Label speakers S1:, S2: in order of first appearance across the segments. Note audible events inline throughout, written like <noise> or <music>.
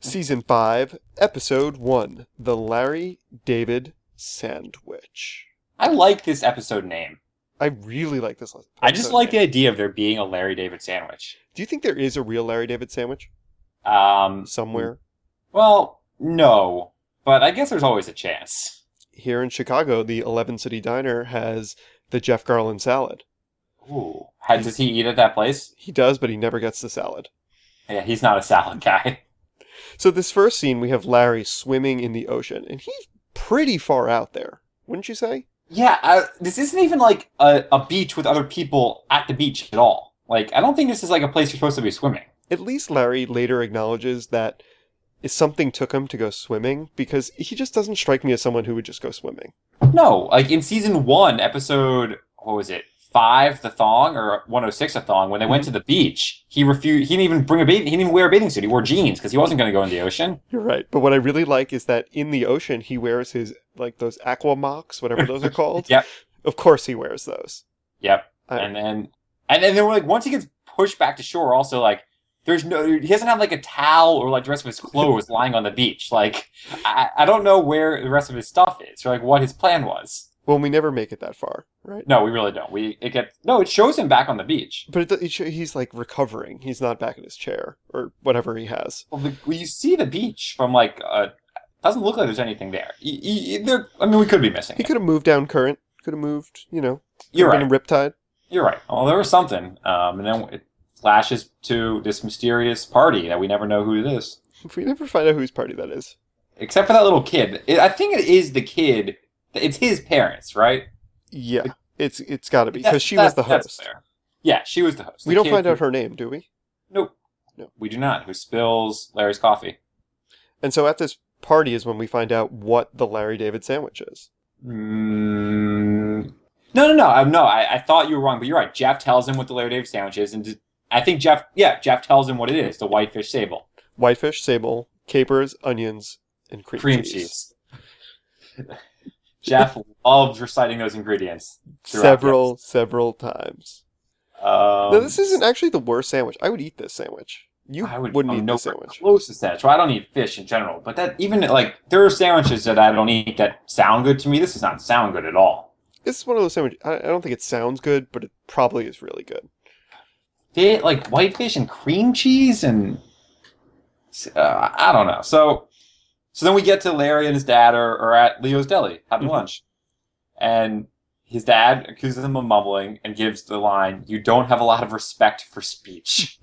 S1: Season 5, Episode 1 The Larry David Sandwich.
S2: I like this episode name.
S1: I really like this. Episode
S2: I just like the idea of there being a Larry David sandwich.
S1: Do you think there is a real Larry David sandwich
S2: Um,
S1: somewhere
S2: well, no, but I guess there's always a chance.
S1: here in Chicago? The Eleven City Diner has the Jeff Garland salad.
S2: Ooh, How, does he eat at that place?
S1: He does, but he never gets the salad.
S2: Yeah, he's not a salad guy.
S1: So this first scene, we have Larry swimming in the ocean, and he's pretty far out there, wouldn't you say?
S2: <laughs> Yeah, I, this isn't even like a, a beach with other people at the beach at all. Like, I don't think this is like a place you're supposed to be swimming.
S1: At least Larry later acknowledges that something took him to go swimming because he just doesn't strike me as someone who would just go swimming.
S2: No, like in season one, episode what was it, five, the thong or one hundred six, a thong. When they went to the beach, he refused. He didn't even bring a bathing. He didn't even wear a bathing suit. He wore jeans because he wasn't going to go in the ocean.
S1: You're right. But what I really like is that in the ocean, he wears his, like, those aqua mocks, whatever
S2: <laughs>
S1: those are called.
S2: Yep.
S1: Of course he wears those.
S2: Yep.
S1: I-
S2: and then and then they were like once he gets pushed back to shore, also like there's no he doesn't have like a towel or like the rest of his clothes lying on the beach. Like I, I don't know where the rest of his stuff is or like what his plan was.
S1: Well, we never make it that far, right?
S2: No, we really don't. We it gets no. It shows him back on the beach.
S1: But it, it, sho- he's, like, recovering. He's not back in his chair or whatever he has.
S2: Well, the, well, you see the beach from like uh, doesn't look like there's anything there. Y- y- y- there. I mean, we could be missing.
S1: He
S2: it.
S1: could have moved down current, could have moved, you know,
S2: You're
S1: could
S2: right.
S1: have been a riptide.
S2: You're right. Well, there was something, um, and then it flashes to this mysterious party that we never know who it is,
S1: If we never find out whose party that is.
S2: except for that little kid. It, I think it is the kid. It's his parents, right?
S1: Yeah. It's it's got to be
S2: That-
S1: because she was
S2: that-
S1: the
S2: that's
S1: host.
S2: fair. Yeah, she was the host.
S1: We
S2: The
S1: don't
S2: kid
S1: find
S2: who-
S1: out her name, do we?
S2: Nope.
S1: No.
S2: We do not. Who spills Larry's coffee?
S1: And so at this party is when we find out what the Larry David sandwich is.
S2: Mm, no, no, no. I, no, I, I thought you were wrong, but you're right. Jeff tells him what the Larry David sandwich is, and d- I think Jeff, yeah, Jeff tells him what it is: the whitefish sable,
S1: Whitefish, sable, capers, onions, and cream,
S2: cream cheese. <laughs> Jeff loves reciting those ingredients. throughout
S1: Several, several times.
S2: Um,
S1: now this isn't actually the worst sandwich. I would eat this sandwich. You
S2: I would
S1: wouldn't
S2: I'm
S1: eat
S2: nowhere
S1: this sandwich.
S2: Close to that. So I don't eat fish in general, but that even like there are sandwiches that I don't eat that sound good to me. This does not sound good at all.
S1: This is one of those sandwiches. I, I don't think it sounds good, but it probably is really good.
S2: They, like whitefish and cream cheese and uh, I don't know. So so then we get to Larry and his dad are, are at Leo's deli having
S1: Mhm.
S2: lunch, and his dad accuses him of mumbling and gives the line, "You don't have a lot of respect for speech."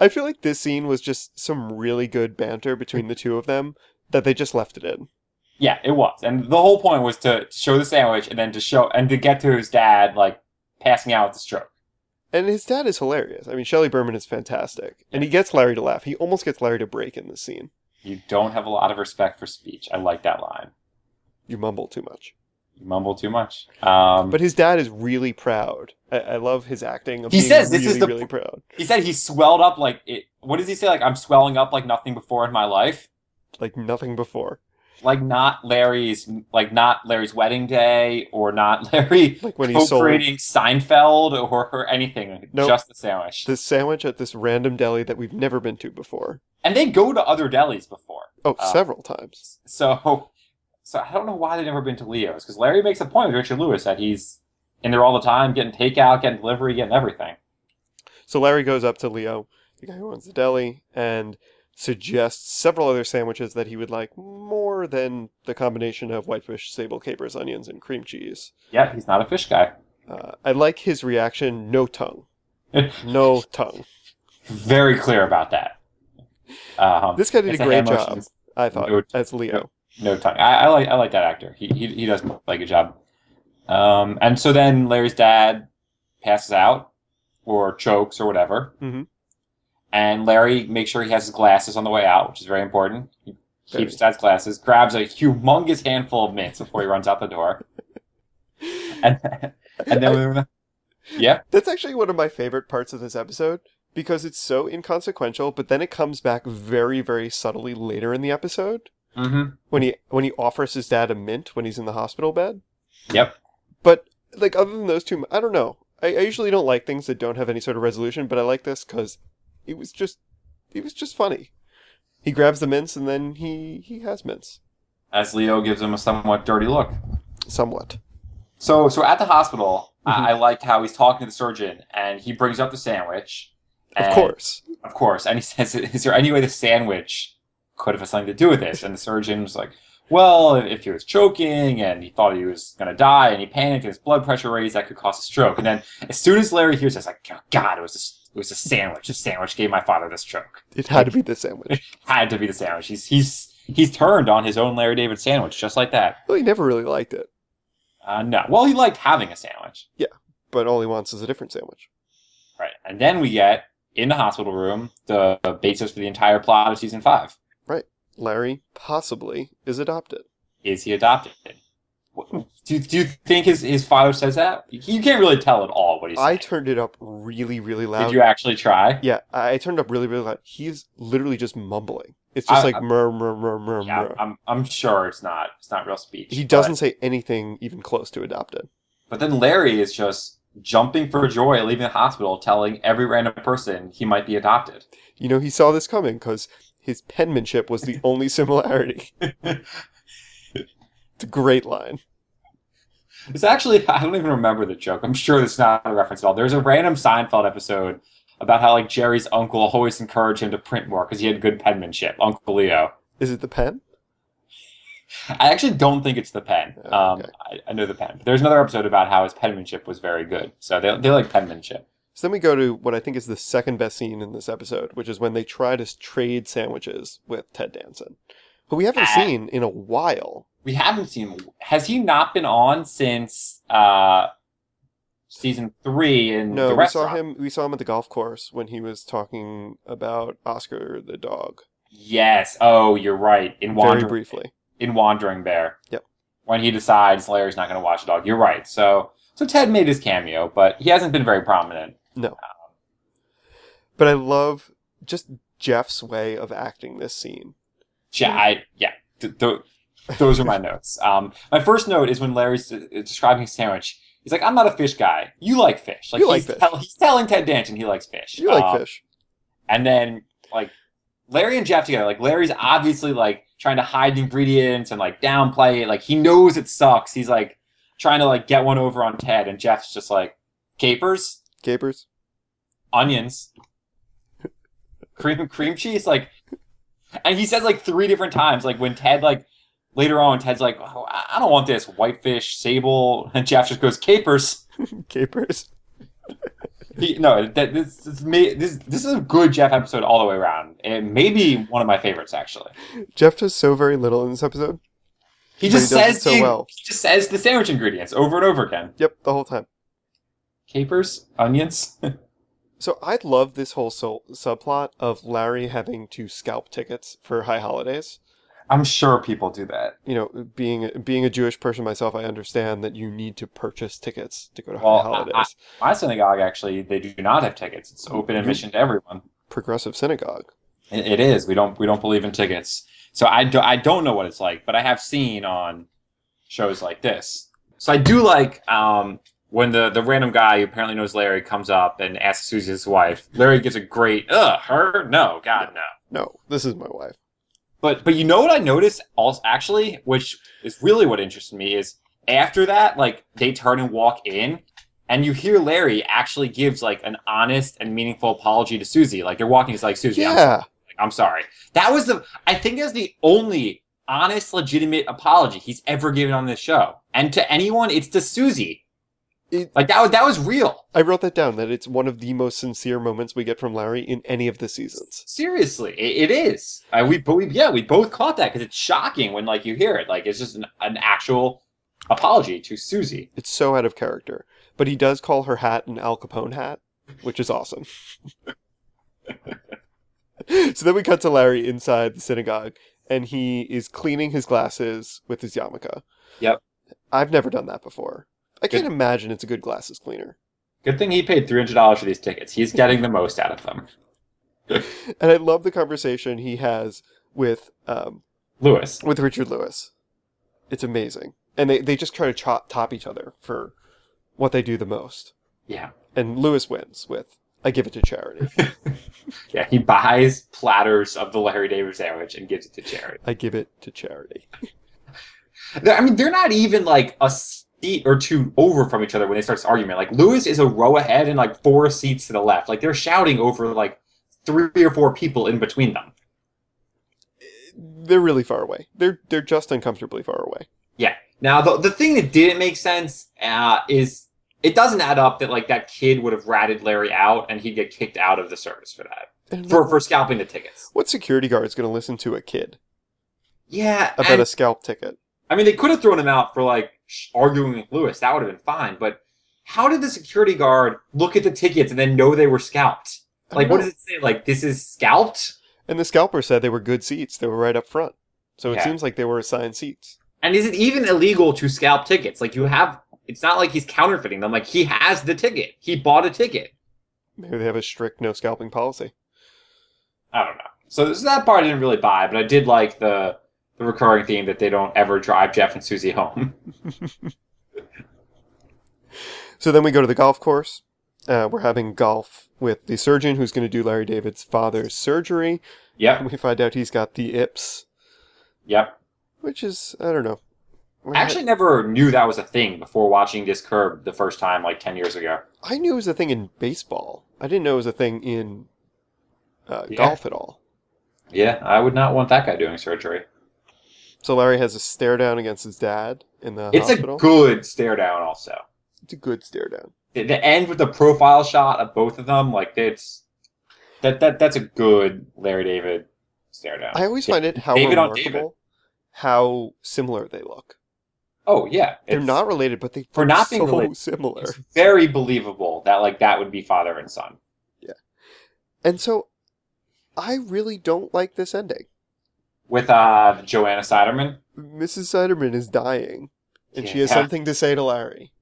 S1: I feel like this scene was just some really good banter between the two of them that they just left it in.
S2: yeah, it was, and the whole point was to show the sandwich and then to show and to get to his dad like passing out with the stroke.
S1: And his dad is hilarious. I mean, Shelley Berman is fantastic, and he gets Larry to laugh. He almost gets Larry to break in this scene.
S2: You don't have a lot of respect for speech. I like that line.
S1: You mumble too much.
S2: You mumble too much. Um,
S1: But his dad is really proud. I, I love his acting. Of
S2: He
S1: being
S2: says this
S1: really,
S2: is the-
S1: really proud.
S2: He said he swelled up like it. What does he say? Like I'm swelling up like nothing before in my life.
S1: Like nothing before.
S2: Like not Larry's, like not Larry's wedding day, or not <laughs> Larry
S1: Like when he sold
S2: co-creating Seinfeld or, or anything.
S1: Nope.
S2: Just the sandwich.
S1: this sandwich at this random deli that we've never been to before.
S2: and they go to other delis before.
S1: Oh,
S2: Uh,
S1: several times.
S2: So, so I don't know why they've never been to Leo's because Larry makes a point with Richard Lewis that he's in there all the time, getting takeout, getting delivery, getting everything.
S1: So Larry goes up to Leo, the guy who owns the deli, and suggests several other sandwiches that he would like more than the combination of whitefish, sable capers, onions, and cream cheese.
S2: Yep, he's not a fish guy.
S1: Uh, I like his reaction. No
S2: <laughs>
S1: tongue. No tongue.
S2: very clear about that. Um,
S1: This guy did
S2: it's
S1: a great
S2: hand
S1: job.
S2: motion,
S1: I thought
S2: No-
S1: as Leo.
S2: No tongue. I, I like I like that actor. He he, he does like a good job. Um, and so then Larry's dad passes out or chokes or whatever,
S1: Mhm.
S2: and Larry makes sure he has his glasses on the way out, which is very important. He
S1: Very.
S2: keeps dad's glasses, grabs a humongous handful of mints before he runs out the door, <laughs> and and then yeah,
S1: That's actually one of my favorite parts of this episode because it's so inconsequential, but then it comes back very, very subtly later in the episode
S2: mm-hmm.
S1: when he when he offers his dad a mint when he's in the hospital bed.
S2: yep.
S1: But like other than those two, I don't know. I, I usually don't like things that don't have any sort of resolution, but I like this because it was just it was just funny. He grabs the mints and then he he has mints.
S2: as Leo gives him a somewhat dirty look.
S1: Somewhat.
S2: So, so at the hospital,
S1: Mhm.
S2: I, I like how he's talking to the surgeon, and he brings up the sandwich.
S1: Of
S2: and-
S1: course.
S2: of course. And he <laughs> says, "Is there any way the sandwich could have had something to do with this?" And the surgeon was like, "Well, if he was choking and he thought he was going to die, and he panicked, and his blood pressure raised, that could cause a stroke." And then, as soon as Larry hears this, like, "Oh, "God, it was a, it was a sandwich. The sandwich gave my father the stroke.
S1: It had to be the sandwich.
S2: Had to be the sandwich. He's he's he's turned on his own Larry David sandwich, just like that."
S1: Well, he never really liked it,
S2: Uh, no. Well, he liked having a sandwich.
S1: but all he wants is a different sandwich.
S2: Right. And then we get, in the hospital room, the basis for the entire plot of season five.
S1: Larry possibly is adopted.
S2: Is he adopted?
S1: Hmm.
S2: Wh- Do, do you think his, his father says that? You can't really tell at all what he's
S1: I
S2: saying.
S1: turned it up really, really loud.
S2: Did you actually try?
S1: Yeah, I I turned up really, really loud. He's literally just mumbling. It's just
S2: I-
S1: like murr, murr, murr, murr,
S2: Yeah, I'm-
S1: murr.
S2: I'm, I'm sure it's not it's not real speech.
S1: He
S2: but-
S1: doesn't say anything even close to adopted.
S2: But, then Larry is just jumping for joy, leaving the hospital, telling every random person he might be adopted.
S1: You know, he saw this coming because his penmanship was
S2: <laughs>
S1: the only similarity. it's a great line.
S2: It's actually <laughs> I don't even remember the joke. I'm sure it's not a reference at all. There's a random Seinfeld episode about how like Jerry's uncle always encouraged him to print more because he had good penmanship. Uncle Leo.
S1: Is it the pen?
S2: I actually don't think it's the pen.
S1: Okay.
S2: Um, I, I know the pen. But there's another episode about how his penmanship was very good. So they they like penmanship.
S1: So then we go to what I think is the second best scene in this episode, which is when they try to trade sandwiches with Ted Danson, who we haven't
S2: Ah.
S1: seen in a while.
S2: We haven't seen. him. Has he not been on since uh, season three in
S1: No,
S2: the
S1: we saw
S2: restaurant?
S1: him. We saw him at the golf course when he was talking about Oscar the dog,
S2: Yes. Oh, you're right. In
S1: very
S2: Wandering
S1: briefly.
S2: in Wandering Bear.
S1: Yep.
S2: When he decides Larry's not going to watch Dog. You're right. So so Ted made his cameo, but he hasn't been very prominent.
S1: But I love just Jeff's way of acting this scene.
S2: Yeah, I, yeah. Th- th- those are my notes. Um, my first note is when Larry's de- describing his sandwich. He's like, "I'm not a fish guy. You like fish.
S1: You like
S2: he's,
S1: fish.
S2: tell- he's telling Ted Danton he likes fish.
S1: You like
S2: Um,
S1: fish.
S2: And then like Larry and Jeff together, like Larry's obviously like trying to hide the ingredients and like downplay it. Like he knows it sucks. He's like trying to like get one over on Ted, and Jeff's just like capers,
S1: Capers. <laughs>
S2: onions, cream cream cheese, like, and he says like three different times, like when Ted like later on, Ted's like, oh, I I don't want this whitefish sable, and Jeff just goes capers.
S1: Capers.
S2: He, no, that this this, ma- this this is a good Jeff episode all the way around, and maybe one of my favorites actually.
S1: Jeff does so very little in this episode.
S2: He
S1: but
S2: just
S1: he does
S2: says
S1: it so
S2: the,
S1: well.
S2: he just says the sandwich ingredients over and over again:
S1: Yep, the whole time.
S2: capers, onions. <laughs>
S1: So I love this whole so- subplot of Larry having to scalp tickets for high holidays.
S2: I'm sure people do that.
S1: You know, being being a Jewish person myself, I understand that you need to purchase tickets to go to
S2: Well, I-
S1: high holidays.
S2: My synagogue actually they do not have tickets; it's open admission to everyone.
S1: Progressive synagogue.
S2: It, it is. We don't we don't believe in tickets. So I do, I don't know what it's like, but I have seen on shows like this. So I do like um, when the the random guy who apparently knows Larry comes up and asks who's his wife. Larry gives a great "Ugh, her? No, God, no."
S1: No, this is my wife.
S2: But but you know what I noticed also actually, which is really what interested me is after that, like they turn and walk in, and you hear Larry actually gives like an honest and meaningful apology to Susie. Like they're walking, he's like Susie, I'm
S1: yeah,
S2: I'm sorry. That was the I think that's the only honest, legitimate apology he's ever given on this show. And to anyone, it's to Susie.
S1: It-
S2: like that was that was real.
S1: I wrote that down. That it's one of the most sincere moments we get from Larry in any of the seasons.
S2: Seriously, it, it is. I, we, but we, yeah, we both caught that because it's shocking when like you hear it. Like it's just an, an actual apology to Susie.
S1: It's so out of character. But he does call her hat an Al Capone hat, which is awesome. <laughs> so then we cut to Larry inside the synagogue, and he is cleaning his glasses with his yarmulke.
S2: Yep.
S1: I've never done that before. I can't
S2: Good.
S1: imagine it's a good glasses cleaner.
S2: Good thing he paid three hundred dollars for these tickets. He's getting the most out of them.
S1: And I love the conversation he has with um,
S2: Lewis,
S1: with Richard Lewis. It's amazing. And they, they just try to chop, top each other for what they do the most.
S2: yeah,
S1: And Lewis wins with, I give it to charity.
S2: yeah, he buys platters of the Larry David sandwich and gives it to charity.
S1: I give it to charity.
S2: They're- I mean, they're not even like a seat or two over from each other when they start this argument. Like Lewis is a row ahead and like four seats to the left. Like they're shouting over like three or four people in between them.
S1: They're really far away. They're they're just uncomfortably far away.
S2: Now, the, the thing that didn't make sense uh, is it doesn't add up that like that kid would have ratted Larry out and he'd get kicked out of the service for that
S1: And
S2: for for scalping the tickets.
S1: what security guard is going to listen to a kid
S2: Yeah,
S1: about
S2: and-
S1: a scalp ticket?
S2: I mean, they could have thrown him out for like sh- arguing with Lewis. That would have been fine. But how did the security guard look at the tickets and then know they were scalped?
S1: I
S2: Like,
S1: don't
S2: what
S1: know.
S2: does it say? Like, this is scalped?
S1: And the scalper said they were good seats. They were right up front. So it
S2: Yeah.
S1: seems like they were assigned seats.
S2: And is it even illegal to scalp tickets? Like, you have. It's not like he's counterfeiting them. Like, he has the ticket. He bought a ticket.
S1: Maybe they have a strict no scalping policy.
S2: I don't know. So, so that part I didn't really buy, but I did like the the recurring theme that they don't ever drive Jeff and Susie home. <laughs>
S1: So then we go to the golf course. Uh, we're having golf with the surgeon who's going to do Larry David's father's surgery.
S2: yep.
S1: And we find out he's got the ips,
S2: Yep.
S1: which is, I don't know.
S2: I actually never knew that was a thing before watching this curb the first time, like 10 years ago.
S1: I knew it was a thing in baseball. I didn't know it was a thing in uh,
S2: Yeah.
S1: golf at all.
S2: Yeah, I would not want that guy doing surgery.
S1: So Larry has a stare down against his dad in the
S2: It's
S1: hospital.
S2: a good stare down, also.
S1: it's a good stare down.
S2: The, the end with the profile shot of both of them, like, it's. That, that That's a good Larry David stare down.
S1: I always
S2: Yeah.
S1: find it how
S2: David on David.
S1: remarkable how similar they look.
S2: oh, yeah.
S1: They're
S2: it's-
S1: not related, but they
S2: For
S1: look
S2: not being
S1: so
S2: related.
S1: similar.
S2: It's very believable that, like, that would be father and son.
S1: And so I really don't like this ending.
S2: with uh Joanna Siderman.
S1: Mrs. Siderman is dying, and she has
S2: Yeah.
S1: something to say to Larry.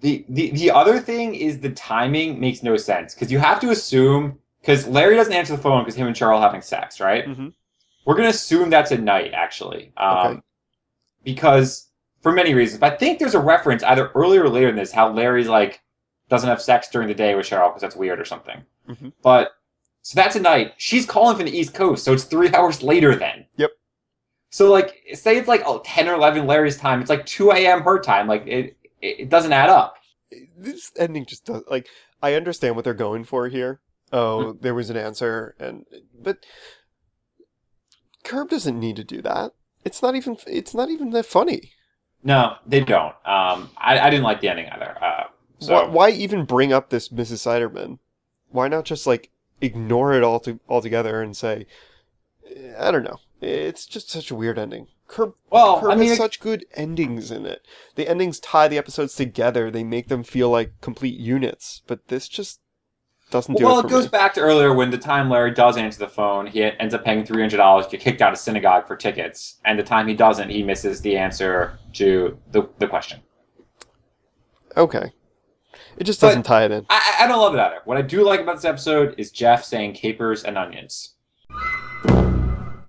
S2: The, the the other thing is the timing makes no sense because you have to assume because Larry doesn't answer the phone because him and Charles are having sex, right?
S1: Mhm.
S2: We're gonna assume that's at night actually, um,
S1: Okay.
S2: because for many reasons. But I think there's a reference either earlier or later in this how Larry's like doesn't have sex during the day with Cheryl because that's weird or something.
S1: Mhm.
S2: But so that's at night. She's calling from the East Coast, so it's three <laughs> hours later then.
S1: Yep.
S2: So like, say it's like oh, 10 or 11 Larry's time. It's like 2 a.m. her time. Like it, it, it doesn't add up.
S1: This ending just does like I understand what they're going for here. Oh, there was an answer, and but Curb doesn't need to do that. It's not even it's not even that funny.
S2: No, they don't. Um, I, I didn't like the ending either. Uh, so
S1: Why, why even bring up this Mrs. Siderman? Why not just like ignore it all to, altogether and say, eh, I don't know. It's just such a weird ending. Curb,
S2: Well,
S1: Curb
S2: Oh, I mean,
S1: has
S2: it-
S1: such good endings in it. The endings tie the episodes together. They make them feel like complete units. But this just doesn't do
S2: well,
S1: it for
S2: it goes
S1: me.
S2: back to earlier when the time Larry does answer the phone, he ends up paying three hundred dollars, get kicked out of synagogue for tickets, and the time he doesn't, he misses the answer to the, the question.
S1: Okay, it just
S2: But-
S1: doesn't tie it in.
S2: I, I- I don't love it either. What I do like about this episode is Jeff saying capers and onions.